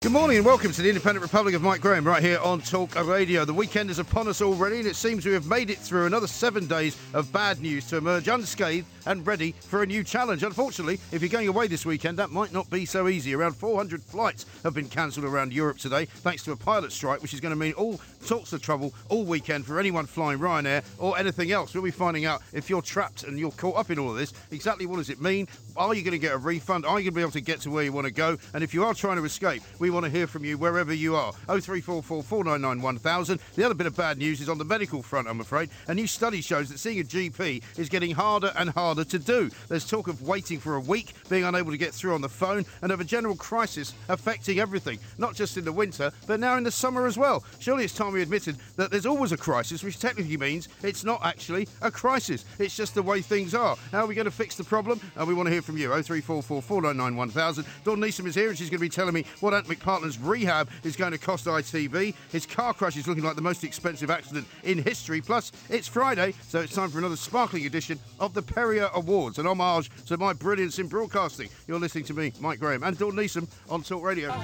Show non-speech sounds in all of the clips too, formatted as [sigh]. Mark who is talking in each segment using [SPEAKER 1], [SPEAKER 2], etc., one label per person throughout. [SPEAKER 1] Good morning and welcome to the Independent Republic of Mike Graham right here on Talk Radio. The weekend is upon us already and it seems we have made it through another seven days of bad news to emerge unscathed and ready for a new challenge. Unfortunately, if you're going away this weekend, that might not be so easy. Around 400 flights have been cancelled around Europe today thanks to a pilot strike, which is going to mean all sorts of trouble all weekend for anyone flying Ryanair or anything else. We'll be finding out if you're trapped and you're caught up in all of this, exactly what does it mean? Are you going to get a refund? Are you going to be able to get to where you want to go? And if you are trying to escape, we want to hear from you wherever you are. 0344 499 1000. The other bit of bad news is on the medical front, I'm afraid. A new study shows that seeing a GP is getting harder and harder to do. There's talk of waiting for a week, being unable to get through on the phone, and of a general crisis affecting everything, not just in the winter, but now in the summer as well. Surely it's time we admitted that there's always a crisis, which technically means it's not actually a crisis. It's just the way things are. How are we going to fix the problem? And we want to hear from you. 0344 499 1000. Dawn Neeson is here, and she's going to be telling me what Ant McPartland's rehab is going to cost ITV. His car crash is looking like the most expensive accident in history. Plus, it's Friday, so it's time for another sparkling edition of the Perrier Awards, an homage to my brilliance in broadcasting. You're listening to me, Mike Graham, and Dawn Neeson on Talk Radio.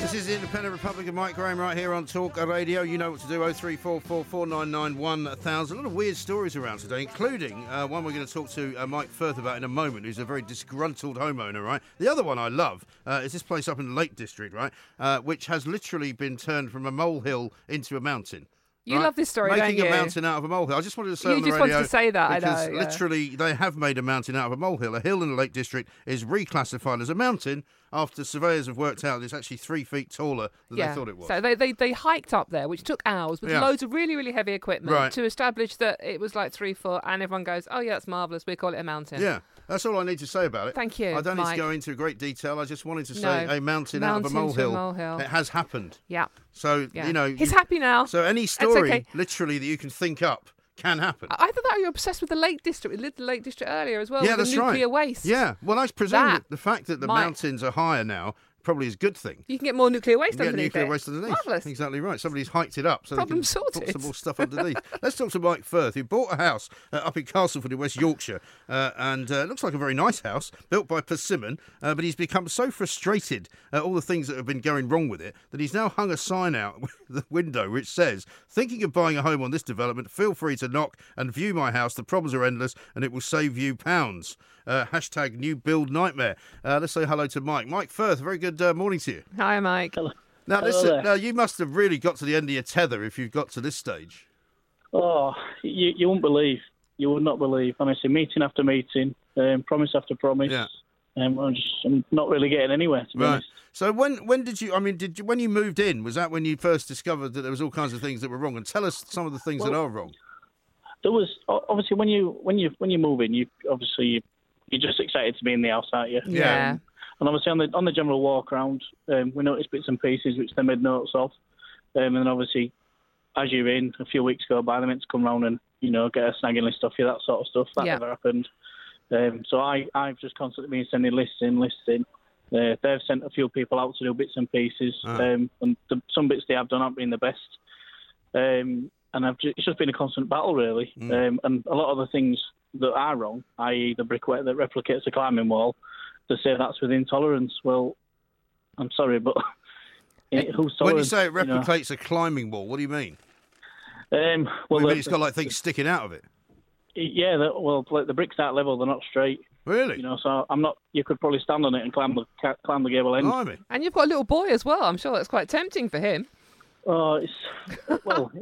[SPEAKER 1] This is the Independent Republic of Mike Graham right here on Talk Radio. You know what to do, 0344 499 1000. A lot of weird stories around today, including uh, one we're going to talk to uh, Mike Firth about in a moment, who's a very disgruntled homeowner, right? The other one I love uh, is this place up in the Lake District, right? Uh, which has literally been turned from a molehill into a mountain.
[SPEAKER 2] You
[SPEAKER 1] right?
[SPEAKER 2] love this story,
[SPEAKER 1] Making
[SPEAKER 2] don't
[SPEAKER 1] a
[SPEAKER 2] you?
[SPEAKER 1] mountain out of a molehill. I just wanted to say
[SPEAKER 2] You
[SPEAKER 1] on the
[SPEAKER 2] just
[SPEAKER 1] radio
[SPEAKER 2] wanted to say that, I
[SPEAKER 1] because
[SPEAKER 2] know, yeah.
[SPEAKER 1] literally they have made a mountain out of a molehill. A hill in the Lake District is reclassified as a mountain after surveyors have worked out it's actually three feet taller than they thought it was.
[SPEAKER 2] So they, they, they hiked up there, which took hours with
[SPEAKER 1] Yeah.
[SPEAKER 2] loads of really, really heavy equipment
[SPEAKER 1] Right.
[SPEAKER 2] to establish that it was like three foot, and everyone goes, oh, yeah, that's marvellous. We call it a mountain.
[SPEAKER 1] yeah, that's all I need to say about it.
[SPEAKER 2] Thank you,
[SPEAKER 1] I don't need to
[SPEAKER 2] Mike.
[SPEAKER 1] go into great detail. I just wanted to say
[SPEAKER 2] No.
[SPEAKER 1] a mountain, out of a
[SPEAKER 2] Mountain to a
[SPEAKER 1] molehill.
[SPEAKER 2] molehill.
[SPEAKER 1] It has happened.
[SPEAKER 2] Yeah.
[SPEAKER 1] So
[SPEAKER 2] yeah.
[SPEAKER 1] you know,
[SPEAKER 2] He's
[SPEAKER 1] you-
[SPEAKER 2] happy now.
[SPEAKER 1] So any
[SPEAKER 2] okay. Uh,
[SPEAKER 1] story, literally that you can think up, can happen.
[SPEAKER 2] I thought that you were obsessed with the Lake District. We lived in the Lake District earlier as well.
[SPEAKER 1] yeah,
[SPEAKER 2] with
[SPEAKER 1] that's
[SPEAKER 2] the oh, nuclear
[SPEAKER 1] right.
[SPEAKER 2] waste.
[SPEAKER 1] Yeah, well, I presume
[SPEAKER 2] That
[SPEAKER 1] that the fact that the
[SPEAKER 2] might-
[SPEAKER 1] mountains are higher now probably is a good thing.
[SPEAKER 2] You can get more nuclear waste
[SPEAKER 1] You get
[SPEAKER 2] underneath
[SPEAKER 1] nuclear
[SPEAKER 2] it.
[SPEAKER 1] waste underneath.
[SPEAKER 2] Marvellous.
[SPEAKER 1] Exactly right. Somebody's hiked it up so they
[SPEAKER 2] Problem
[SPEAKER 1] can put
[SPEAKER 2] sorted.
[SPEAKER 1] some more
[SPEAKER 2] [laughs]
[SPEAKER 1] stuff underneath. Let's talk to Mike Firth, who bought a house uh, up in Castleford in West Yorkshire, uh, and uh, it looks like a very nice house built by Persimmon. Uh, but he's become so frustrated at all the things that have been going wrong with it that he's now hung a sign out [laughs] the window which says, "Thinking of buying a home on this development? Feel free to knock and view my house. The problems are endless, and it will save you pounds." Uh, hashtag new build nightmare. Uh, let's say hello to Mike. Mike Firth, very good uh, morning to you.
[SPEAKER 2] Hi, Mike.
[SPEAKER 1] Now,
[SPEAKER 3] Hello
[SPEAKER 1] listen,
[SPEAKER 3] there.
[SPEAKER 1] now you must have really got to the end of your tether if you've got to this stage.
[SPEAKER 3] Oh, you, you won't believe. You would not believe. Honestly, meeting after meeting, um, promise after promise.
[SPEAKER 1] Yeah.
[SPEAKER 3] Um, I'm, just, I'm not really getting anywhere, to be honest.
[SPEAKER 1] So when when did you? I mean, did you, when you moved in? Was that when you first discovered that there was all kinds of things that were wrong? And tell us some of the things that
[SPEAKER 3] Well-
[SPEAKER 1] are wrong.
[SPEAKER 3] There was o- obviously when you when you when you move in, you obviously you, you're just excited to be in the house, aren't you?
[SPEAKER 1] Yeah.
[SPEAKER 2] Yeah.
[SPEAKER 3] And obviously on the on the general walk around, um, we noticed bits and pieces which they made notes of, um, and then obviously as you're in, a few weeks go by, they meant to come round and you know get a snagging list off you, that sort of stuff. That
[SPEAKER 2] Yeah.
[SPEAKER 3] never happened. Um, so I I've just constantly been sending lists in, lists in. Uh, they've sent a few people out to do bits and pieces,
[SPEAKER 1] Ah.
[SPEAKER 3] um, and the, some bits they have done haven't been the best. Um, and I've just, it's just been a constant battle, really. Um, and a lot of the things that are wrong, i.e., the brickwork that replicates a climbing wall, they say that's within tolerance. Well, I'm sorry, but [laughs] it, who's tolerant?
[SPEAKER 1] when you say it
[SPEAKER 3] you know?
[SPEAKER 1] replicates a climbing wall, what do you mean?
[SPEAKER 3] um,
[SPEAKER 1] Well,
[SPEAKER 3] well,
[SPEAKER 1] you mean
[SPEAKER 3] the-
[SPEAKER 1] it's got like things sticking out of it.
[SPEAKER 3] yeah, the, well, like the bricks that level, they're not straight.
[SPEAKER 1] Really?
[SPEAKER 3] You know, so I'm not. You could probably stand on it and climb the ca- climb the gable end.
[SPEAKER 1] Blimey.
[SPEAKER 2] And you've got a little boy as well. I'm sure that's quite tempting for him.
[SPEAKER 3] Oh, it's [laughs] well,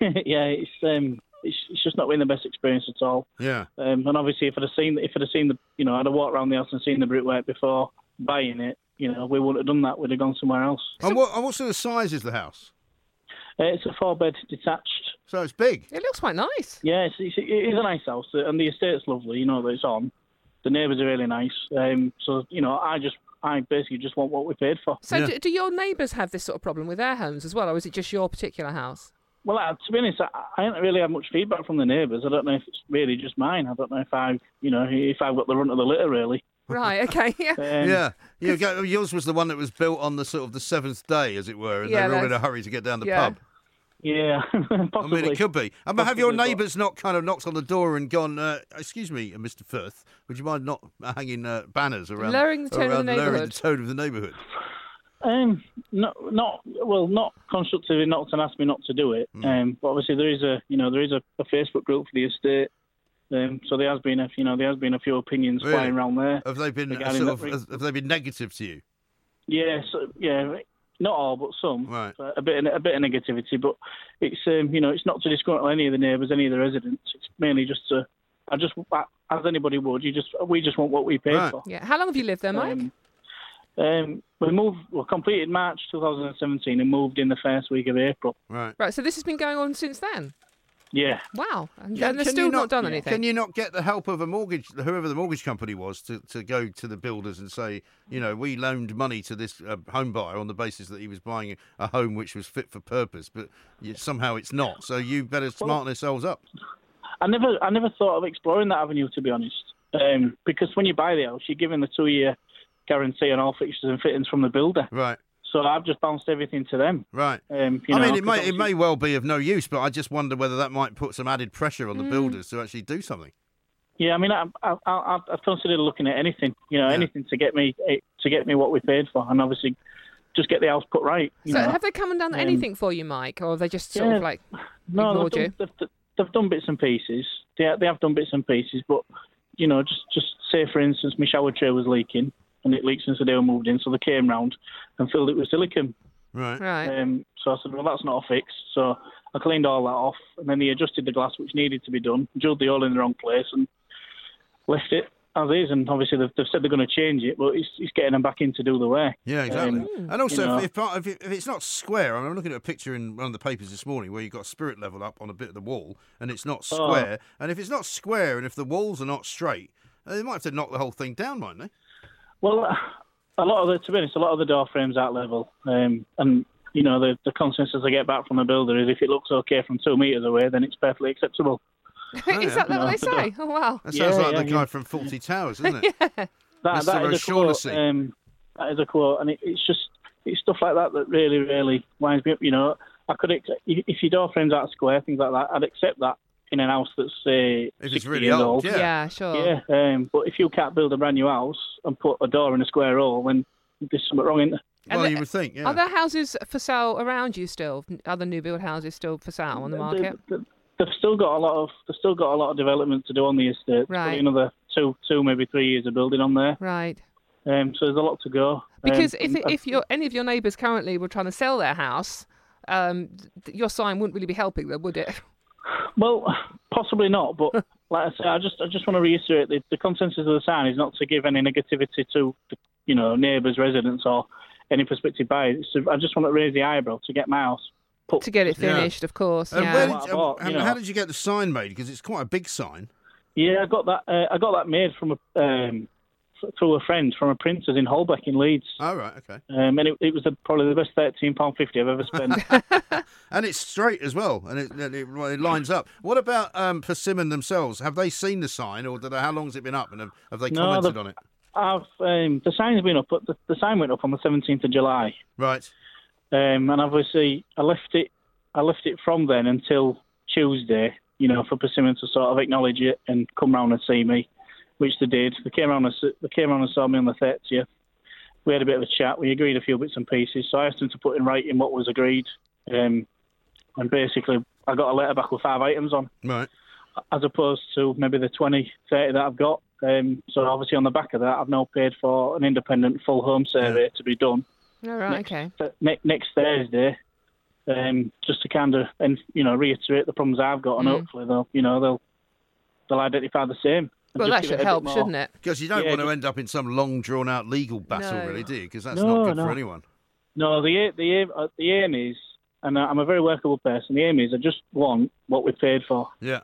[SPEAKER 3] yeah, it's um, it's, it's just not been the best experience at all.
[SPEAKER 1] Yeah.
[SPEAKER 3] Um, and obviously, if I'd have seen, if I'd have seen the, you know, I'd have walked around the house and seen the brickwork before buying it. You know, we wouldn't have done that. We'd have gone somewhere else.
[SPEAKER 1] and what and what sort of size is the house?
[SPEAKER 3] Uh, it's a four bed detached.
[SPEAKER 1] So it's big.
[SPEAKER 2] It looks quite nice.
[SPEAKER 3] Yeah, it's, it's, it is a nice house, uh, and the estate's lovely. You know that it's on. The neighbours are really nice. Um, so you know, I just, I basically just want what we paid for.
[SPEAKER 2] So,
[SPEAKER 1] Yeah.
[SPEAKER 2] do, do your neighbours have this sort of problem with their homes as well, or is it just your particular house?
[SPEAKER 3] Well, uh, to be honest, I, I haven't really had much feedback from the neighbours. I don't know if it's really just mine. I don't know if I, you know, if I've got the run of the litter really.
[SPEAKER 2] Right. Okay. [laughs] Yeah.
[SPEAKER 3] Um,
[SPEAKER 1] yeah. You go, yours was the one that was built on the sort of the seventh day, as it were, and
[SPEAKER 2] Yeah,
[SPEAKER 1] they were all in
[SPEAKER 2] that's-
[SPEAKER 1] a hurry to get down the
[SPEAKER 2] yeah.
[SPEAKER 1] pub.
[SPEAKER 3] yeah, [laughs]
[SPEAKER 1] I
[SPEAKER 3] possibly.
[SPEAKER 1] mean, it could be. I mean, have your
[SPEAKER 3] Possibly, but-
[SPEAKER 1] neighbours not kind of knocked on the door and gone, uh, "Excuse me, uh, Mr. Firth, would you mind not hanging uh, banners around,
[SPEAKER 2] Lowering the tone of the
[SPEAKER 1] around lowering
[SPEAKER 2] neighbourhood."
[SPEAKER 1] the tone of the neighbourhood?"
[SPEAKER 3] Um, not, not well, not constructively not to ask me not to do it.
[SPEAKER 1] Hmm.
[SPEAKER 3] Um, but obviously there is a, you know, there is a, a Facebook group for the estate. Um, so there has been a, you know, there has been a few opinions
[SPEAKER 1] Really?
[SPEAKER 3] flying around there.
[SPEAKER 1] Have they been uh,
[SPEAKER 3] Regarding
[SPEAKER 1] sort
[SPEAKER 3] that
[SPEAKER 1] of,
[SPEAKER 3] ring-
[SPEAKER 1] have they been negative to you?
[SPEAKER 3] Yeah, so, yeah, not all, but some.
[SPEAKER 1] Right.
[SPEAKER 3] But A bit, a bit of negativity, but it's, um, you know, it's not to disgruntle any of the neighbours, any of the residents. It's mainly just to, I just, as anybody would, you just, we just want what we paid
[SPEAKER 1] Right.
[SPEAKER 3] for.
[SPEAKER 2] Yeah. How long have you lived there, Mike?
[SPEAKER 3] Um, um, we moved, we completed March 2017 and moved in the first week of April.
[SPEAKER 1] Right.
[SPEAKER 2] right. So this has been going on since then.
[SPEAKER 3] Yeah,
[SPEAKER 2] Wow. And,
[SPEAKER 1] Yeah,
[SPEAKER 2] and they've
[SPEAKER 1] can
[SPEAKER 2] still
[SPEAKER 1] you
[SPEAKER 2] not, done
[SPEAKER 1] yeah.
[SPEAKER 2] anything.
[SPEAKER 1] Can you not get the help of a mortgage, whoever the mortgage company was, to, to go to the builders and say, you know, we loaned money to this uh, home buyer on the basis that he was buying a home which was fit for purpose, but you, somehow it's not. So you better smarten yourselves up.
[SPEAKER 3] I never, I never thought of exploring that avenue to be honest. Um, because when you buy the house, you're given the two-year guarantee on all fixtures and fittings from the builder.
[SPEAKER 1] Right,
[SPEAKER 3] So I've just bounced everything to them.
[SPEAKER 1] right.
[SPEAKER 3] Um, you
[SPEAKER 1] I
[SPEAKER 3] know,
[SPEAKER 1] mean, it
[SPEAKER 3] 'cause
[SPEAKER 1] may it
[SPEAKER 3] obviously-
[SPEAKER 1] may well be of no use, but I just wonder whether that might put some added pressure
[SPEAKER 3] Mm.
[SPEAKER 1] on the builders to actually do something.
[SPEAKER 3] Yeah, I mean, I, I, I, I've considered looking at anything, you know,
[SPEAKER 1] Yeah.
[SPEAKER 3] anything to get me eh, to get me what we paid for, and obviously just get the house put right. You
[SPEAKER 2] so
[SPEAKER 3] know.
[SPEAKER 2] have they come and done
[SPEAKER 3] um,
[SPEAKER 2] anything for you, Mike, or have they just sort
[SPEAKER 3] Yeah.
[SPEAKER 2] of like
[SPEAKER 3] no,
[SPEAKER 2] ignored
[SPEAKER 3] they've
[SPEAKER 2] you?
[SPEAKER 3] done, they've, they've done bits and pieces. They, they have done bits and pieces, but you know, just just say for instance, my shower tray was leaking, and it leaked since the day I moved in, so they came round and filled it with silicone.
[SPEAKER 1] Right.
[SPEAKER 2] right?
[SPEAKER 3] Um, so I said, well, that's not a fix. So I cleaned all that off, and then they adjusted the glass which needed to be done, drilled the hole in the wrong place, and left it as is. And obviously they've, they've said they're going to change it, but it's, it's getting them back in to do the work.
[SPEAKER 1] Yeah, exactly.
[SPEAKER 3] Um,
[SPEAKER 1] and also,
[SPEAKER 3] you know.
[SPEAKER 1] if, if, part of it- if it's not square, I mean, I'm looking at a picture in one of the papers this morning where you've got a spirit level up on a bit of the wall, and it's not
[SPEAKER 3] Oh.
[SPEAKER 1] square. And if it's not square, and if the walls are not straight, uh, they might have to knock the whole thing down, mightn't they?
[SPEAKER 3] Well, a lot of the to be honest, a lot of the door frames at level, um, and you know the the consensus I get back from the builder is if it looks okay from two meters away, then it's perfectly acceptable.
[SPEAKER 2] [laughs] is that what they
[SPEAKER 3] [laughs]
[SPEAKER 2] say? Oh wow.
[SPEAKER 1] That sounds
[SPEAKER 3] Yeah,
[SPEAKER 1] like
[SPEAKER 3] yeah,
[SPEAKER 1] the guy
[SPEAKER 3] yeah.
[SPEAKER 1] from Faulty
[SPEAKER 3] [laughs]
[SPEAKER 1] Towers, isn't it?
[SPEAKER 3] That,
[SPEAKER 1] Mr.
[SPEAKER 3] that is a quote.
[SPEAKER 1] O'Shaughnessy.
[SPEAKER 3] Um, that is a quote, and it, it's just it's stuff like that that really, really winds me up. You know, I could ex- if if your door frames out square, things like that, I'd accept that in an house that's say
[SPEAKER 1] If
[SPEAKER 3] 60
[SPEAKER 1] it's really
[SPEAKER 3] years
[SPEAKER 1] old,
[SPEAKER 3] old.
[SPEAKER 1] Yeah.
[SPEAKER 2] Yeah, sure.
[SPEAKER 3] Yeah, um, but if you can't build a brand new house and put a door in a square hole, then there's something wrong in
[SPEAKER 2] And
[SPEAKER 1] well,
[SPEAKER 2] the-
[SPEAKER 1] you would think, yeah.
[SPEAKER 2] Are there houses for sale around you still? Other new build houses still for sale on the market?
[SPEAKER 3] They, have still got a lot of they've still got a lot of development to do on the estate. Probably
[SPEAKER 2] Right.
[SPEAKER 3] Another two, two maybe three years of building on there.
[SPEAKER 2] Right.
[SPEAKER 3] Um, so there's a lot to go. Um,
[SPEAKER 2] Because if
[SPEAKER 3] and-
[SPEAKER 2] if your any of your neighbours currently were trying to sell their house, um, th- your sign wouldn't really be helping them, would it? [laughs]
[SPEAKER 3] well, [sighs] possibly not. But like I say, I just I just want to reiterate the, the consensus of the sign is not to give any negativity to the, you know neighbours, residents, or any prospective buyers. It's to- I just want to raise the eyebrow to get my house put
[SPEAKER 2] to get it
[SPEAKER 1] Yeah.
[SPEAKER 2] finished, of course.
[SPEAKER 1] and
[SPEAKER 2] yeah.
[SPEAKER 1] where
[SPEAKER 3] Uh, Well,
[SPEAKER 1] did,
[SPEAKER 3] I bought,
[SPEAKER 1] and
[SPEAKER 3] you
[SPEAKER 1] how
[SPEAKER 3] know.
[SPEAKER 1] did you get the sign made? Because it's quite a big sign.
[SPEAKER 3] Yeah, I got that. Uh, I got that made from a um, f- through a friend from a printer's in Holbeck in Leeds,
[SPEAKER 1] Oh, right, okay.
[SPEAKER 3] um, and it, it was the, probably the best thirteen pound fifty I've ever spent.
[SPEAKER 1] And it's straight as well, and it, and it, well, it lines up. What about um, Persimmon themselves? Have they seen the sign, or do they, how long has it been up, and have, have they
[SPEAKER 3] No,
[SPEAKER 1] commented
[SPEAKER 3] the-
[SPEAKER 1] on it?
[SPEAKER 3] I've um, the sign's been up. The, the sign went up on the seventeenth of July,
[SPEAKER 1] Right.
[SPEAKER 3] um, and obviously I left it. I left it from then until Tuesday. You know, for Persimmon to sort of acknowledge it and come round and see me, which they did. They came round. And, s- they came round and saw me on the thirtieth. We had a bit of a chat. We agreed a few bits and pieces. So I asked them to put in writing what was agreed, um, and basically I got a letter back with five items on.
[SPEAKER 1] Right.
[SPEAKER 3] as opposed to maybe the 20, 30 that I've got. Um, so obviously on the back of that, I've now paid for an independent full home survey to be done
[SPEAKER 2] All right, okay.
[SPEAKER 3] th- uh, ne- next Thursday, um, just to kind of and you know reiterate the problems I've got,
[SPEAKER 2] Mm.
[SPEAKER 3] and hopefully they'll you know they'll they'll identify the same. and
[SPEAKER 2] Well,
[SPEAKER 3] just
[SPEAKER 2] that
[SPEAKER 3] give it
[SPEAKER 2] should
[SPEAKER 3] a bit
[SPEAKER 2] help,
[SPEAKER 3] more-
[SPEAKER 2] shouldn't it?
[SPEAKER 1] Because you don't
[SPEAKER 3] Yeah,
[SPEAKER 1] want to
[SPEAKER 3] just-
[SPEAKER 1] end up in some long, drawn out legal battle,
[SPEAKER 2] No.
[SPEAKER 1] really, do you? Because that's
[SPEAKER 3] No,
[SPEAKER 1] not good for
[SPEAKER 3] no.
[SPEAKER 1] anyone.
[SPEAKER 3] No, the a- the aim uh, the aim is, and I- I'm a very workable person. The aim is I just want what we paid for.
[SPEAKER 1] Yeah.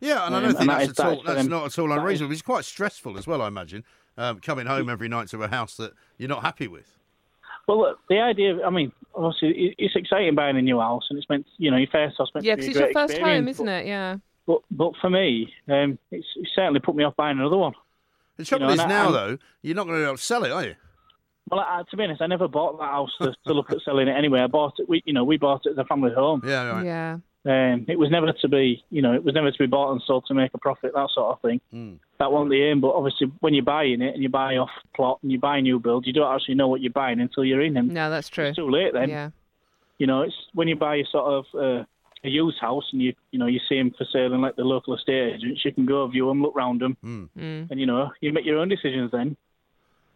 [SPEAKER 1] Yeah, and I
[SPEAKER 3] Um,
[SPEAKER 1] don't think
[SPEAKER 3] and that
[SPEAKER 1] that's,
[SPEAKER 3] is-
[SPEAKER 1] at
[SPEAKER 3] that
[SPEAKER 1] all,
[SPEAKER 3] is for
[SPEAKER 1] that's
[SPEAKER 3] them-
[SPEAKER 1] not at all
[SPEAKER 3] that is-
[SPEAKER 1] unreasonable. It's quite stressful as well, I imagine, um, coming home every night to a house that you're not happy with.
[SPEAKER 3] Well, look, the idea, of- I mean, obviously it- it's exciting buying a new house, and it's meant you know your first house meant
[SPEAKER 2] Yeah,
[SPEAKER 3] to
[SPEAKER 2] because
[SPEAKER 3] be a
[SPEAKER 2] it's your
[SPEAKER 3] great
[SPEAKER 2] first home,
[SPEAKER 3] experience,
[SPEAKER 2] isn't it? Yeah.
[SPEAKER 3] But but for me, um, it's, it certainly put me off buying another one.
[SPEAKER 1] The trouble
[SPEAKER 3] know,
[SPEAKER 1] is
[SPEAKER 3] and I-
[SPEAKER 1] now,
[SPEAKER 3] I'm-
[SPEAKER 1] though, you're not going to be able to sell it, are you?
[SPEAKER 3] Well, I, to be honest, I never bought that house to, to look at selling it anyway. I bought it. We, you know, we bought it as a family home.
[SPEAKER 1] Yeah, right.
[SPEAKER 2] Yeah.
[SPEAKER 3] Um, it was never to be, you know, it was never to be bought and sold to make a profit, that sort of thing. That wasn't the aim. But obviously, when you're buying it and you buy off plot and you buy new build, you don't actually know what you're buying until you're in them.
[SPEAKER 2] No, that's true.
[SPEAKER 3] It's too late then.
[SPEAKER 2] Yeah.
[SPEAKER 3] You know, it's when you buy a sort of uh, a used house and you, you know, you see them for sale and like the local estate agents, you can go view them, look round them,
[SPEAKER 2] Hmm.
[SPEAKER 3] and you know, you make your own decisions then.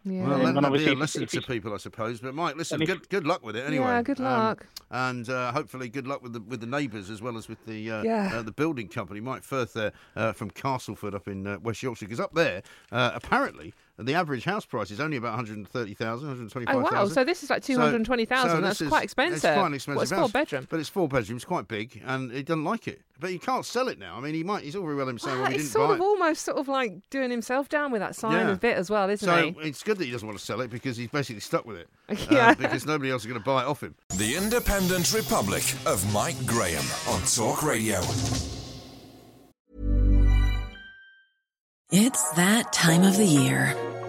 [SPEAKER 2] Yeah.
[SPEAKER 1] Well,
[SPEAKER 3] and
[SPEAKER 1] that might be
[SPEAKER 3] obviously
[SPEAKER 1] a
[SPEAKER 3] if-
[SPEAKER 1] lesson
[SPEAKER 3] if
[SPEAKER 1] to
[SPEAKER 3] you-
[SPEAKER 1] people, I suppose. But Mike, listen,
[SPEAKER 3] And if-
[SPEAKER 1] good good luck with it anyway.
[SPEAKER 2] Yeah, good
[SPEAKER 1] Um,
[SPEAKER 2] luck.
[SPEAKER 1] and uh, hopefully, good luck with the with the neighbours as well as with the uh,
[SPEAKER 2] Yeah.
[SPEAKER 1] uh, the building company. Mike Firth there uh, from Castleford up in uh, West Yorkshire, because up there, uh, apparently, the average house price is only about 130,000, 125,000.
[SPEAKER 2] Oh, wow, so this is like 220,000,
[SPEAKER 1] this
[SPEAKER 2] that's quite
[SPEAKER 1] It's
[SPEAKER 2] expensive.
[SPEAKER 1] quite an
[SPEAKER 2] Well,
[SPEAKER 1] expensive
[SPEAKER 2] it's
[SPEAKER 1] house,
[SPEAKER 2] four bedroom.
[SPEAKER 1] But it's four bedrooms, quite big, and he doesn't like it. But he can't sell it now. I mean, he might. He's all very well him saying,
[SPEAKER 2] Well,
[SPEAKER 1] well, we
[SPEAKER 2] it's
[SPEAKER 1] didn't
[SPEAKER 2] sort
[SPEAKER 1] buy
[SPEAKER 2] of
[SPEAKER 1] it.
[SPEAKER 2] almost sort of like doing himself down with that sign
[SPEAKER 1] Yeah.
[SPEAKER 2] a bit as well, isn't
[SPEAKER 1] So
[SPEAKER 2] he?
[SPEAKER 1] it's good that he doesn't want to sell it because he's basically stuck with
[SPEAKER 2] [laughs]
[SPEAKER 1] it. uh,
[SPEAKER 2] Yeah.
[SPEAKER 1] because nobody else is going to buy it off him.
[SPEAKER 4] The Independent Republic of Mike Graham on Talk Radio.
[SPEAKER 5] It's that time of the year.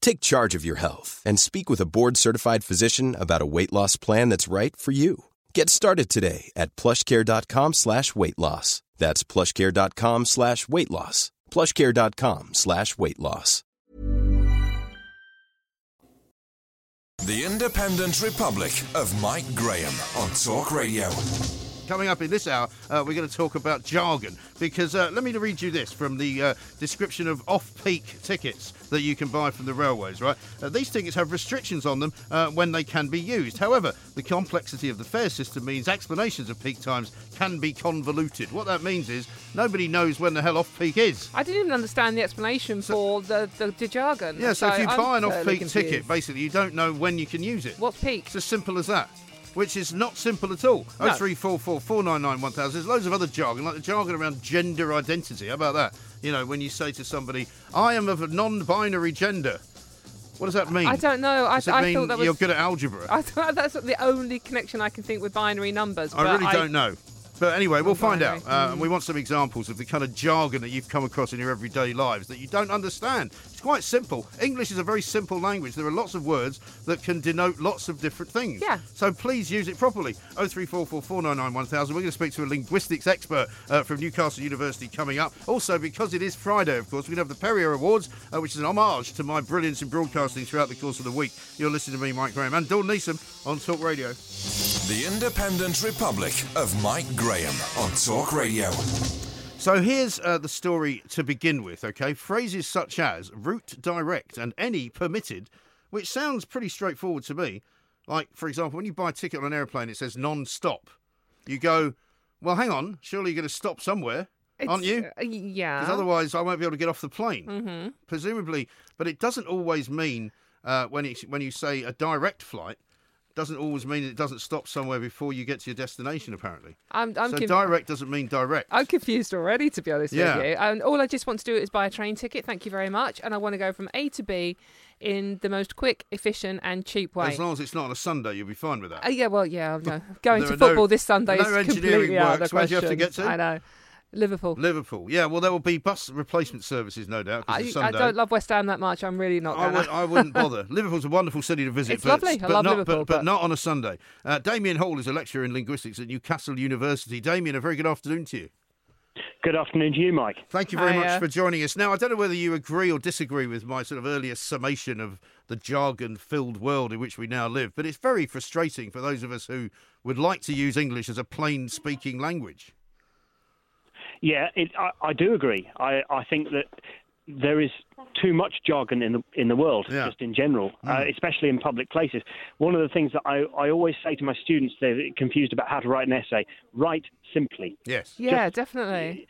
[SPEAKER 6] Take charge of your health and speak with a board-certified physician about a weight loss plan that's right for you. Get started today at plushcare.com slash weight loss. That's plushcare.com slash weight loss. plushcare.com slash weight loss.
[SPEAKER 4] The Independent Republic of Mike Graham on Talk Radio.
[SPEAKER 1] Coming up in this hour, uh, we're going to talk about jargon because uh, let me read you this from the uh, description of off-peak tickets that you can buy from the railways. Right, uh, these tickets have restrictions on them uh, when they can be used. However, the complexity of the fare system means explanations of peak times can be convoluted. What that means is nobody knows when the hell off-peak is.
[SPEAKER 2] I didn't even understand the explanation for the, the, the jargon.
[SPEAKER 1] Yeah, so, if you
[SPEAKER 2] I'm
[SPEAKER 1] buy an
[SPEAKER 2] totally
[SPEAKER 1] off-peak ticket,
[SPEAKER 2] confused.
[SPEAKER 1] basically you don't know when you can use it.
[SPEAKER 2] What's peak?
[SPEAKER 1] It's as simple as that. Which is not simple at all.
[SPEAKER 2] No.
[SPEAKER 1] Oh three four four four nine nine one thousand. There's loads of other jargon, like the jargon around gender identity. How about that? You know, when you say to somebody, "I am of a non-binary gender," what does that mean?
[SPEAKER 2] I don't know. I,
[SPEAKER 1] Does it
[SPEAKER 2] I
[SPEAKER 1] mean
[SPEAKER 2] thought that was.
[SPEAKER 1] you're good at algebra?
[SPEAKER 2] I thought that's the only connection I can think with binary numbers.
[SPEAKER 1] I
[SPEAKER 2] but
[SPEAKER 1] really don't know. But anyway, we'll find out.
[SPEAKER 2] binary.
[SPEAKER 1] Uh, and we want some examples of the kind of jargon that you've come across in your everyday lives that you don't understand. It's quite simple. English is a very simple language. There are lots of words that can denote lots of different things.
[SPEAKER 2] Yeah.
[SPEAKER 1] So please use it properly. 03444991000. We're going to speak to a linguistics expert uh, from Newcastle University coming up. Also, because it is Friday, of course, we're going to have the Perrier Awards, uh, which is an homage to my brilliance in broadcasting throughout the course of the week. You're listening to me, Mike Graham, and Dawn Neeson on Talk Radio.
[SPEAKER 4] The Independent Republic of Mike Graham on Talk Radio.
[SPEAKER 1] So here's uh, the story to begin with, okay? Phrases such as route direct and any permitted, which sounds pretty straightforward to me. Like, for example, when you buy a ticket on an airplane, it says non stop. You go, well, hang on, surely you're going to stop somewhere, aren't you?
[SPEAKER 2] It's- uh, Mm-hmm. yeah.
[SPEAKER 1] Because otherwise, I won't be able to get off the plane, presumably. But it doesn't always mean uh, when, it's, when you say a direct flight, doesn't always mean it doesn't stop somewhere before you get to your destination, apparently.
[SPEAKER 2] I'm, I'm
[SPEAKER 1] so
[SPEAKER 2] conf-
[SPEAKER 1] direct doesn't mean direct.
[SPEAKER 2] I'm confused already, to be honest
[SPEAKER 1] Yeah.
[SPEAKER 2] with you. And all I just want to do is buy a train ticket. Thank you very much. And I want to go from A to B in the most quick, efficient, and cheap way.
[SPEAKER 1] As long as it's not on a Sunday, you'll be fine with that. [laughs]
[SPEAKER 2] Uh, yeah, well, yeah, no. going
[SPEAKER 1] There
[SPEAKER 2] to
[SPEAKER 1] are no-
[SPEAKER 2] football this Sunday
[SPEAKER 1] no
[SPEAKER 2] is
[SPEAKER 1] engineering
[SPEAKER 2] completely out of the
[SPEAKER 1] works. Where do you have to get
[SPEAKER 2] question.
[SPEAKER 1] to?
[SPEAKER 2] I know. Liverpool.
[SPEAKER 1] Liverpool. Yeah, well, there will be bus replacement services, no doubt. 'cause
[SPEAKER 2] I,
[SPEAKER 1] it's
[SPEAKER 2] I
[SPEAKER 1] Sunday.
[SPEAKER 2] don't love West Ham that much. I'm really not.
[SPEAKER 1] I,
[SPEAKER 2] Gonna.
[SPEAKER 1] would, I wouldn't bother. [laughs] Liverpool's a wonderful city to visit.
[SPEAKER 2] It's
[SPEAKER 1] but,
[SPEAKER 2] lovely. I
[SPEAKER 1] but
[SPEAKER 2] love
[SPEAKER 1] not,
[SPEAKER 2] Liverpool,
[SPEAKER 1] But, but
[SPEAKER 2] but-
[SPEAKER 1] not on a Sunday. Uh, Damien Hall is a lecturer in linguistics at Newcastle University. Damien, a very good afternoon to you.
[SPEAKER 7] Good afternoon to you, Mike.
[SPEAKER 1] Thank you very
[SPEAKER 2] Hi,
[SPEAKER 1] much
[SPEAKER 2] uh,
[SPEAKER 1] for joining us. Now, I don't know whether you agree or disagree with my sort of earlier summation of the jargon filled world in which we now live, but it's very frustrating for those of us who would like to use English as a plain speaking language.
[SPEAKER 7] Yeah, it, I, I do agree. I, I think that there is too much jargon in the in the world,
[SPEAKER 1] Yeah.
[SPEAKER 7] just in general, uh, especially in public places. One of the things that I, I always say to my students, they're confused about how to write an essay. Write simply.
[SPEAKER 1] Yes.
[SPEAKER 2] [laughs] yeah, definitely.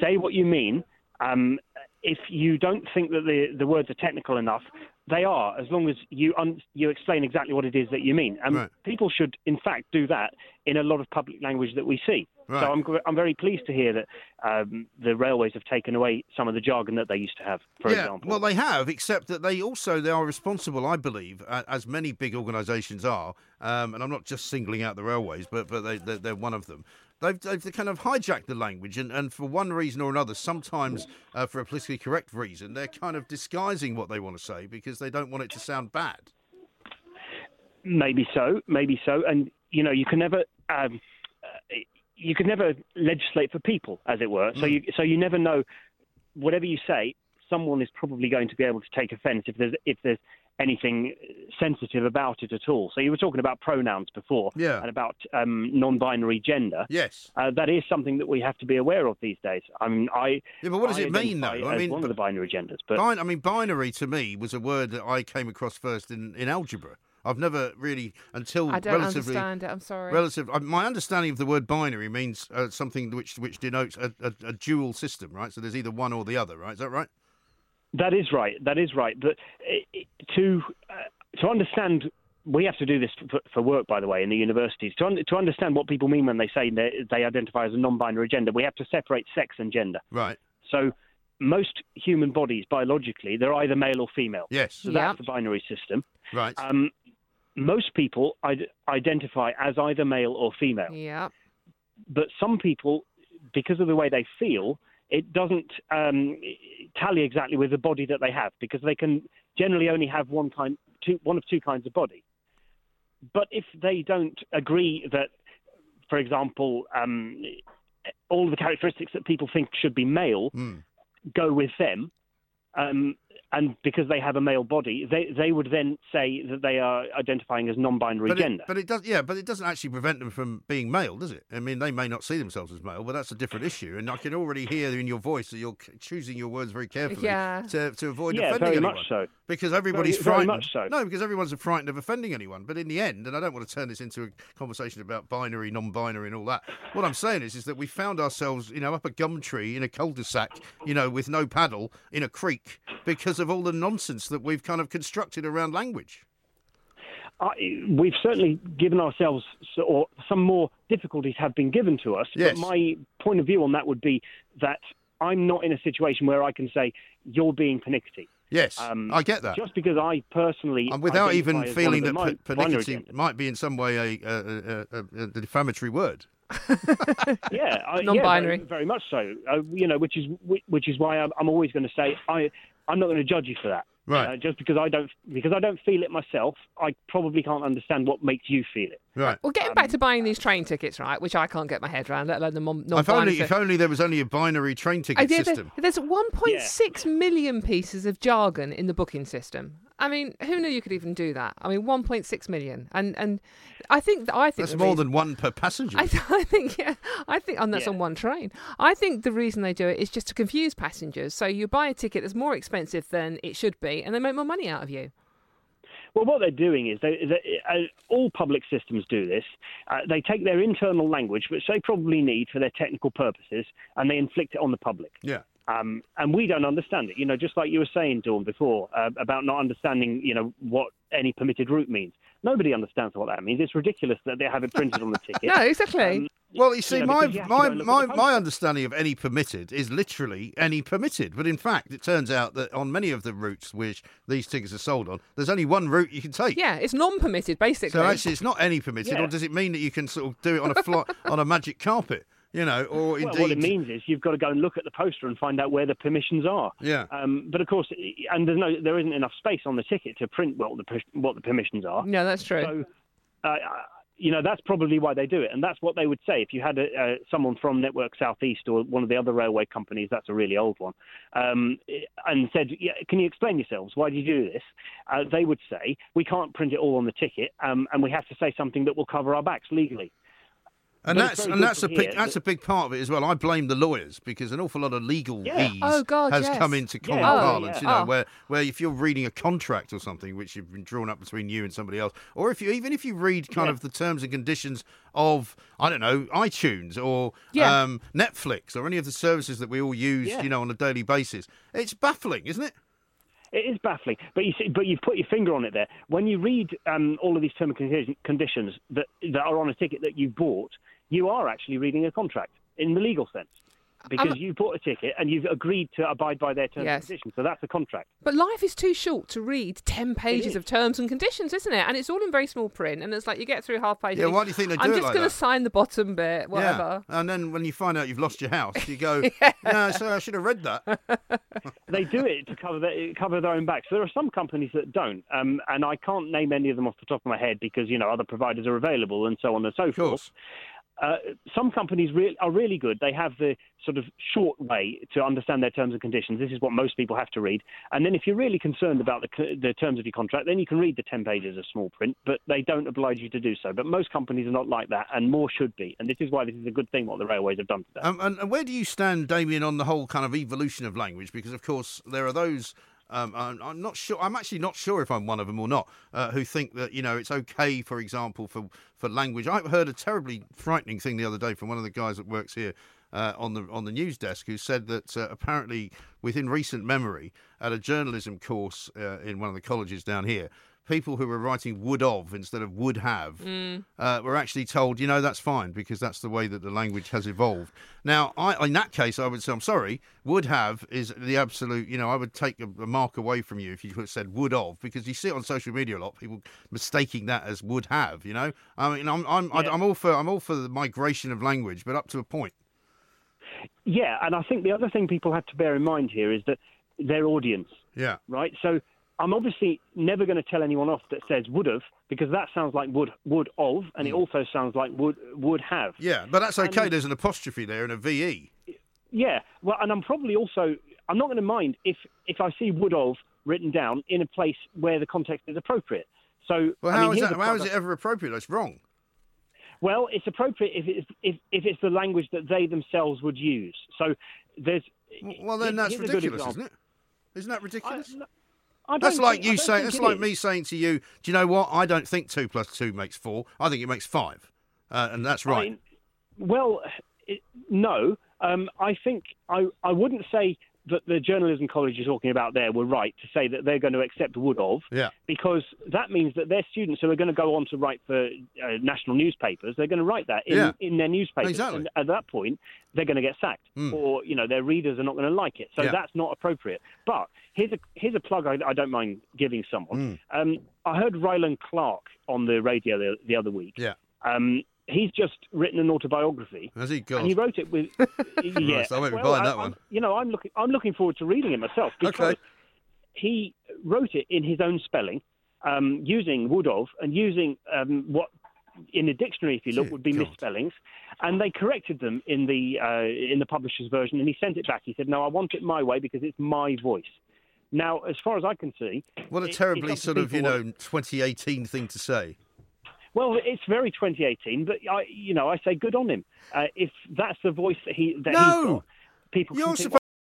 [SPEAKER 7] Say what you mean. Um, if you don't think that the, the words are technical enough, they are, as long as you un- you explain exactly what it is that you mean. And
[SPEAKER 1] Right.
[SPEAKER 7] people should, in fact, do that in a lot of public language that we see.
[SPEAKER 1] Right.
[SPEAKER 7] So I'm, gr- I'm very pleased to hear that um, the railways have taken away some of the jargon that they used to have, for
[SPEAKER 1] yeah,
[SPEAKER 7] example.
[SPEAKER 1] well, they have, except that they also they are responsible, I believe, a- as many big organisations are. Um, and I'm not just singling out the railways, but but they, they, they're one of them. They've, they've they kind of hijacked the language, and, and for one reason or another, sometimes uh, for a politically correct reason, they're kind of disguising what they want to say because they don't want it to sound bad.
[SPEAKER 7] Maybe so, maybe so. And you know, you can never um, uh, you can never legislate for people, as it were. So
[SPEAKER 1] Mm.
[SPEAKER 7] you so you never know. Whatever you say, someone is probably going to be able to take offence if there's if there's anything sensitive about it at all. So you were talking about pronouns before,
[SPEAKER 1] Yeah.
[SPEAKER 7] and about um, non-binary gender.
[SPEAKER 1] Yes.
[SPEAKER 7] Uh, that is something that we have to be aware of these days. I mean, I
[SPEAKER 1] Yeah, but what does
[SPEAKER 7] I
[SPEAKER 1] it mean, though?
[SPEAKER 7] identify
[SPEAKER 1] I
[SPEAKER 7] as
[SPEAKER 1] mean,
[SPEAKER 7] one of the binary genders, but
[SPEAKER 1] Bin- I mean, binary to me was a word that I came across first in, in algebra. I've never really, until
[SPEAKER 2] I don't
[SPEAKER 1] relatively
[SPEAKER 2] understand it. I'm sorry.
[SPEAKER 1] Relative, uh, my understanding of the word binary means uh, something which which denotes a, a, a dual system, right? So there's either one or the other, right? Is that right?
[SPEAKER 7] That is right. That is right. But uh, to uh, to understand, we have to do this for, for work, by the way, in the universities. To un- to understand what people mean when they say they, they identify as a non-binary gender, we have to separate sex and gender.
[SPEAKER 1] Right.
[SPEAKER 7] So most human bodies, biologically, they're either male or female.
[SPEAKER 1] Yes.
[SPEAKER 7] So
[SPEAKER 2] Yeah.
[SPEAKER 7] that's the binary system.
[SPEAKER 1] Right.
[SPEAKER 7] Um, most people Id- identify as either male or female
[SPEAKER 2] Yeah.
[SPEAKER 7] but some people, because of the way they feel, it doesn't um, tally exactly with the body that they have because they can generally only have one kind, two, one of two kinds of body. But if they don't agree that, for example, um, all the characteristics that people think should be male
[SPEAKER 1] Hmm.
[SPEAKER 7] go with them, um, and because they have a male body, they, they would then say that they are identifying as non-binary
[SPEAKER 1] But it,
[SPEAKER 7] gender.
[SPEAKER 1] but it does. Yeah. But it doesn't actually prevent them from being male, does it? I mean, they may not see themselves as male, but that's a different issue. And I can already hear in your voice that you're c- choosing your words very carefully
[SPEAKER 2] Yeah.
[SPEAKER 1] to, to avoid
[SPEAKER 7] yeah,
[SPEAKER 1] offending
[SPEAKER 7] very
[SPEAKER 1] anyone.
[SPEAKER 7] much so.
[SPEAKER 1] Because everybody's
[SPEAKER 7] very
[SPEAKER 1] frightened.
[SPEAKER 7] much so.
[SPEAKER 1] No, because everyone's frightened of offending anyone. But in the end, and I don't want to turn this into a conversation about binary, non-binary, and all that. What I'm saying is, is that we found ourselves, you know, up a gum tree in a cul-de-sac, you know, with no paddle in a creek because of all the nonsense that we've kind of constructed around language.
[SPEAKER 7] I, we've certainly given ourselves, so- or some more difficulties have been given to us.
[SPEAKER 1] Yes.
[SPEAKER 7] But my point of view on that would be that I'm not in a situation where I can say you're being pernickety.
[SPEAKER 1] Yes,
[SPEAKER 7] Um,
[SPEAKER 1] I get that.
[SPEAKER 7] Just because I personally,
[SPEAKER 1] and without even
[SPEAKER 7] identify as one
[SPEAKER 1] feeling
[SPEAKER 7] of the
[SPEAKER 1] that
[SPEAKER 7] mi-
[SPEAKER 1] per-
[SPEAKER 7] binary
[SPEAKER 1] pernickety
[SPEAKER 7] genders.
[SPEAKER 1] might be in some way a, a, a, a, a defamatory word.
[SPEAKER 7] yeah, I, yeah,
[SPEAKER 2] Non-binary.
[SPEAKER 7] very, very much so. Uh, you know, which is whi- which is why I'm, I'm always going to say I I'm not going to judge you for that.
[SPEAKER 1] Right.
[SPEAKER 7] Uh, just because I don't because I don't feel it myself, I probably can't understand what makes you feel it.
[SPEAKER 1] Right.
[SPEAKER 2] Well, getting back to buying these train tickets, right? Which I can't get my head around, let alone the mon- non
[SPEAKER 1] if only, if only there was only a binary train ticket
[SPEAKER 2] I did- uh,
[SPEAKER 1] system.
[SPEAKER 2] There's 1.6 million pieces of jargon in the booking system. I mean, who knew you could even do that? I mean, 1.6 million, and and I think I think
[SPEAKER 1] That's
[SPEAKER 2] the
[SPEAKER 1] more
[SPEAKER 2] reason-
[SPEAKER 1] than one per passenger.
[SPEAKER 2] [laughs] I, I think yeah, I think and that's
[SPEAKER 7] Yeah.
[SPEAKER 2] on one train. I think the reason they do it is just to confuse passengers. So you buy a ticket that's more expensive than it should be, and they make more money out of you.
[SPEAKER 7] Well, what they're doing is they, they, uh, all public systems do this. Uh, they take their internal language, which they probably need for their technical purposes, and they inflict it on the public.
[SPEAKER 1] yeah.
[SPEAKER 7] Um, and we don't understand it. You know, just like you were saying, Dawn, before uh, about not understanding, you know, what any permitted route means. Nobody understands what that means. It's ridiculous that they have it printed on the
[SPEAKER 1] [laughs]
[SPEAKER 7] ticket.
[SPEAKER 2] No, exactly.
[SPEAKER 7] Um,
[SPEAKER 1] Well, you see,
[SPEAKER 7] know,
[SPEAKER 1] my
[SPEAKER 7] because you have to
[SPEAKER 1] my
[SPEAKER 7] go and look
[SPEAKER 1] my,
[SPEAKER 7] at the
[SPEAKER 1] my understanding of any permitted is literally any permitted. But in fact, it turns out that on many of the routes which these tickets are sold on, there's only one route you can take.
[SPEAKER 2] yeah, it's non-permitted basically.
[SPEAKER 1] So actually, it's not any permitted. [laughs]
[SPEAKER 7] Yeah.
[SPEAKER 1] Or does it mean that you can sort of do it on a fly, on a magic carpet? you know, or
[SPEAKER 7] Well,
[SPEAKER 1] indeed.
[SPEAKER 7] what it means is you've got to go and look at the poster and find out where the permissions are.
[SPEAKER 1] Yeah.
[SPEAKER 7] Um, but of course, and there's no, there isn't enough space on the ticket to print what the per- what the permissions are.
[SPEAKER 2] No, that's true.
[SPEAKER 7] So, uh, you know, that's probably why they do it, and that's what they would say if you had a, uh, someone from Network Southeast or one of the other railway companies. That's a really old one, um, and said, yeah, "Can you explain yourselves? Why do you do this?" Uh, they would say, "We can't print it all on the ticket, um, and we have to say something that will cover our backs legally."
[SPEAKER 1] and
[SPEAKER 7] but
[SPEAKER 1] that's
[SPEAKER 7] it's very
[SPEAKER 1] and
[SPEAKER 7] good
[SPEAKER 1] that's
[SPEAKER 7] to
[SPEAKER 1] a big
[SPEAKER 7] hear
[SPEAKER 1] that's a
[SPEAKER 7] that-
[SPEAKER 1] big part of it as well. I blame the lawyers because an awful lot of legal
[SPEAKER 7] Yeah.
[SPEAKER 1] ease
[SPEAKER 2] Oh, God,
[SPEAKER 1] has
[SPEAKER 2] yes.
[SPEAKER 1] come into common
[SPEAKER 7] Yeah.
[SPEAKER 2] Oh,
[SPEAKER 1] parlance.
[SPEAKER 7] yeah.
[SPEAKER 1] You know,
[SPEAKER 2] Oh.
[SPEAKER 1] where where if you're reading a contract or something which you've been drawn up between you and somebody else, or if you even if you read kind
[SPEAKER 7] Yeah.
[SPEAKER 1] of the terms and conditions of I don't know iTunes or
[SPEAKER 2] Yeah.
[SPEAKER 1] um, Netflix or any of the services that we all use,
[SPEAKER 7] Yeah.
[SPEAKER 1] you know, on a daily basis, it's baffling, isn't it?
[SPEAKER 7] It is baffling, but you see, but you've put your finger on it there. When you read um, all of these terms and condi- conditions that that are on a ticket that you bought, you are actually reading a contract in the legal sense, because
[SPEAKER 2] I'm-
[SPEAKER 7] you bought a ticket and you've agreed to abide by their terms
[SPEAKER 2] Yes.
[SPEAKER 7] and conditions. So that's a contract.
[SPEAKER 2] But life is too short to read 10 pages
[SPEAKER 7] is.
[SPEAKER 2] of terms and conditions, isn't it? And it's all in very small print. And it's like you get through half page.
[SPEAKER 1] Yeah,
[SPEAKER 2] and
[SPEAKER 1] why do you think they do
[SPEAKER 2] I'm
[SPEAKER 1] it
[SPEAKER 2] just
[SPEAKER 1] like
[SPEAKER 2] gonna
[SPEAKER 1] that?"
[SPEAKER 2] sign the bottom bit, whatever.
[SPEAKER 1] Yeah. And then when you find out you've lost your house, you
[SPEAKER 2] [laughs]
[SPEAKER 1] go, no, sorry, I should have read that.
[SPEAKER 7] They do it to cover their, cover their own backs. There are some companies that don't, um, and I can't name any of them off the top of my head because you know other providers are available and so on and so
[SPEAKER 1] Of course.
[SPEAKER 7] forth. uh, some companies re- are really good. They have the sort of short way to understand their terms and conditions. This is what most people have to read. And then, if you're really concerned about the, c- the terms of your contract, then you can read the 10 pages of small print, but they don't oblige you to do so. But most companies are not like that, and more should be. And this is why this is a good thing what the railways have done today.
[SPEAKER 1] Um, and, and where do you stand, Damien, on the whole kind of evolution of language? Because, of course, there are those. Um, I'm, I'm not sure. I'm actually not sure if I'm one of them or not. Uh, who think that you know it's okay, for example, for for language. I heard a terribly frightening thing the other day from one of the guys that works here uh, on the on the news desk, who said that uh, apparently, within recent memory, at a journalism course uh, in one of the colleges down here, people who were writing would of instead of would have uh, were actually told, you know, that's fine because that's the way that the language has evolved. Now, I, in that case, I would say, I'm sorry, would have is the absolute, you know, I would take a, a mark away from you if you had said would of because you see it on social media a lot, people mistaking that as would have, you know. I mean, I'm, I'm, I,
[SPEAKER 7] Yeah.
[SPEAKER 1] I'm all for I'm all for the migration of language, but up to a point.
[SPEAKER 7] Yeah, and I think the other thing people have to bear in mind here is that their audience,
[SPEAKER 1] Yeah.
[SPEAKER 7] right? So I'm obviously never going to tell anyone off that says would have because that sounds like would would of, and it also sounds like would would have.
[SPEAKER 1] Yeah, but that's
[SPEAKER 7] Um,
[SPEAKER 1] okay. There's an apostrophe there and a E. VE.
[SPEAKER 7] Yeah, well, and I'm probably also I'm not going to mind if if I see would of written down in a place where the context is appropriate. So
[SPEAKER 1] Well,
[SPEAKER 7] I
[SPEAKER 1] how
[SPEAKER 7] mean,
[SPEAKER 1] is
[SPEAKER 7] here's
[SPEAKER 1] that?
[SPEAKER 7] a
[SPEAKER 1] How is it
[SPEAKER 7] product-
[SPEAKER 1] ever appropriate? That's wrong.
[SPEAKER 7] Well, it's appropriate if it's if, if it's the language that they themselves would use. So there's
[SPEAKER 1] W- Well, then that's
[SPEAKER 7] here's a good
[SPEAKER 1] ridiculous,
[SPEAKER 7] example.
[SPEAKER 1] isn't it? Isn't that ridiculous?
[SPEAKER 7] I, I
[SPEAKER 1] That's
[SPEAKER 7] don't
[SPEAKER 1] like
[SPEAKER 7] think- I
[SPEAKER 1] you
[SPEAKER 7] don't
[SPEAKER 1] saying.
[SPEAKER 7] think
[SPEAKER 1] That's
[SPEAKER 7] it
[SPEAKER 1] like
[SPEAKER 7] is.
[SPEAKER 1] me saying to you, "Do you know what? I don't think two plus two makes four. I think it makes five, uh, and that's right."
[SPEAKER 7] mean, well, it, no. Um, I think I, I wouldn't say that the journalism college you're talking about there were right to say that they're going to accept would of,
[SPEAKER 1] Yeah.
[SPEAKER 7] because that means that their students who are going to go on to write for uh, national newspapers, they're going to write that in,
[SPEAKER 1] Yeah.
[SPEAKER 7] in their newspapers.
[SPEAKER 1] Exactly. Hmm.
[SPEAKER 7] And at that point, they're going to get sacked, or you know their readers are not going to like it. So
[SPEAKER 1] Yeah.
[SPEAKER 7] that's not appropriate. But here's a here's a plug I, I don't mind giving someone.
[SPEAKER 1] Hmm.
[SPEAKER 7] Um, I heard Ryland Clark on the radio the, the other week.
[SPEAKER 1] yeah.
[SPEAKER 7] Um, he's just written an autobiography,
[SPEAKER 1] Has he got?
[SPEAKER 7] and he wrote it
[SPEAKER 1] [laughs]
[SPEAKER 7] with. yeah,
[SPEAKER 1] I won't be
[SPEAKER 7] well,
[SPEAKER 1] buying
[SPEAKER 7] I-
[SPEAKER 1] that
[SPEAKER 7] I'm-
[SPEAKER 1] one.
[SPEAKER 7] You know, I'm looking. I'm looking forward to reading it myself because
[SPEAKER 1] Okay.
[SPEAKER 7] he wrote it in his own spelling, um, using would of and using um, what in the dictionary, if you look,
[SPEAKER 1] Dear
[SPEAKER 7] would be
[SPEAKER 1] God.
[SPEAKER 7] misspellings, and they corrected them in the uh, in the publisher's version, and he sent it back. He said, "No, I want it my way because it's my voice." Now, as far as I can see,
[SPEAKER 1] What
[SPEAKER 7] it-
[SPEAKER 1] a
[SPEAKER 7] it's
[SPEAKER 1] terribly
[SPEAKER 7] up to
[SPEAKER 1] sort of you
[SPEAKER 7] people what-
[SPEAKER 1] know 2018 thing to say.
[SPEAKER 7] well, it's very 2018, but I, you know, I say good on him. Uh, if that's the voice that he that
[SPEAKER 1] No!
[SPEAKER 7] he's got, people. can
[SPEAKER 1] You're
[SPEAKER 7] think,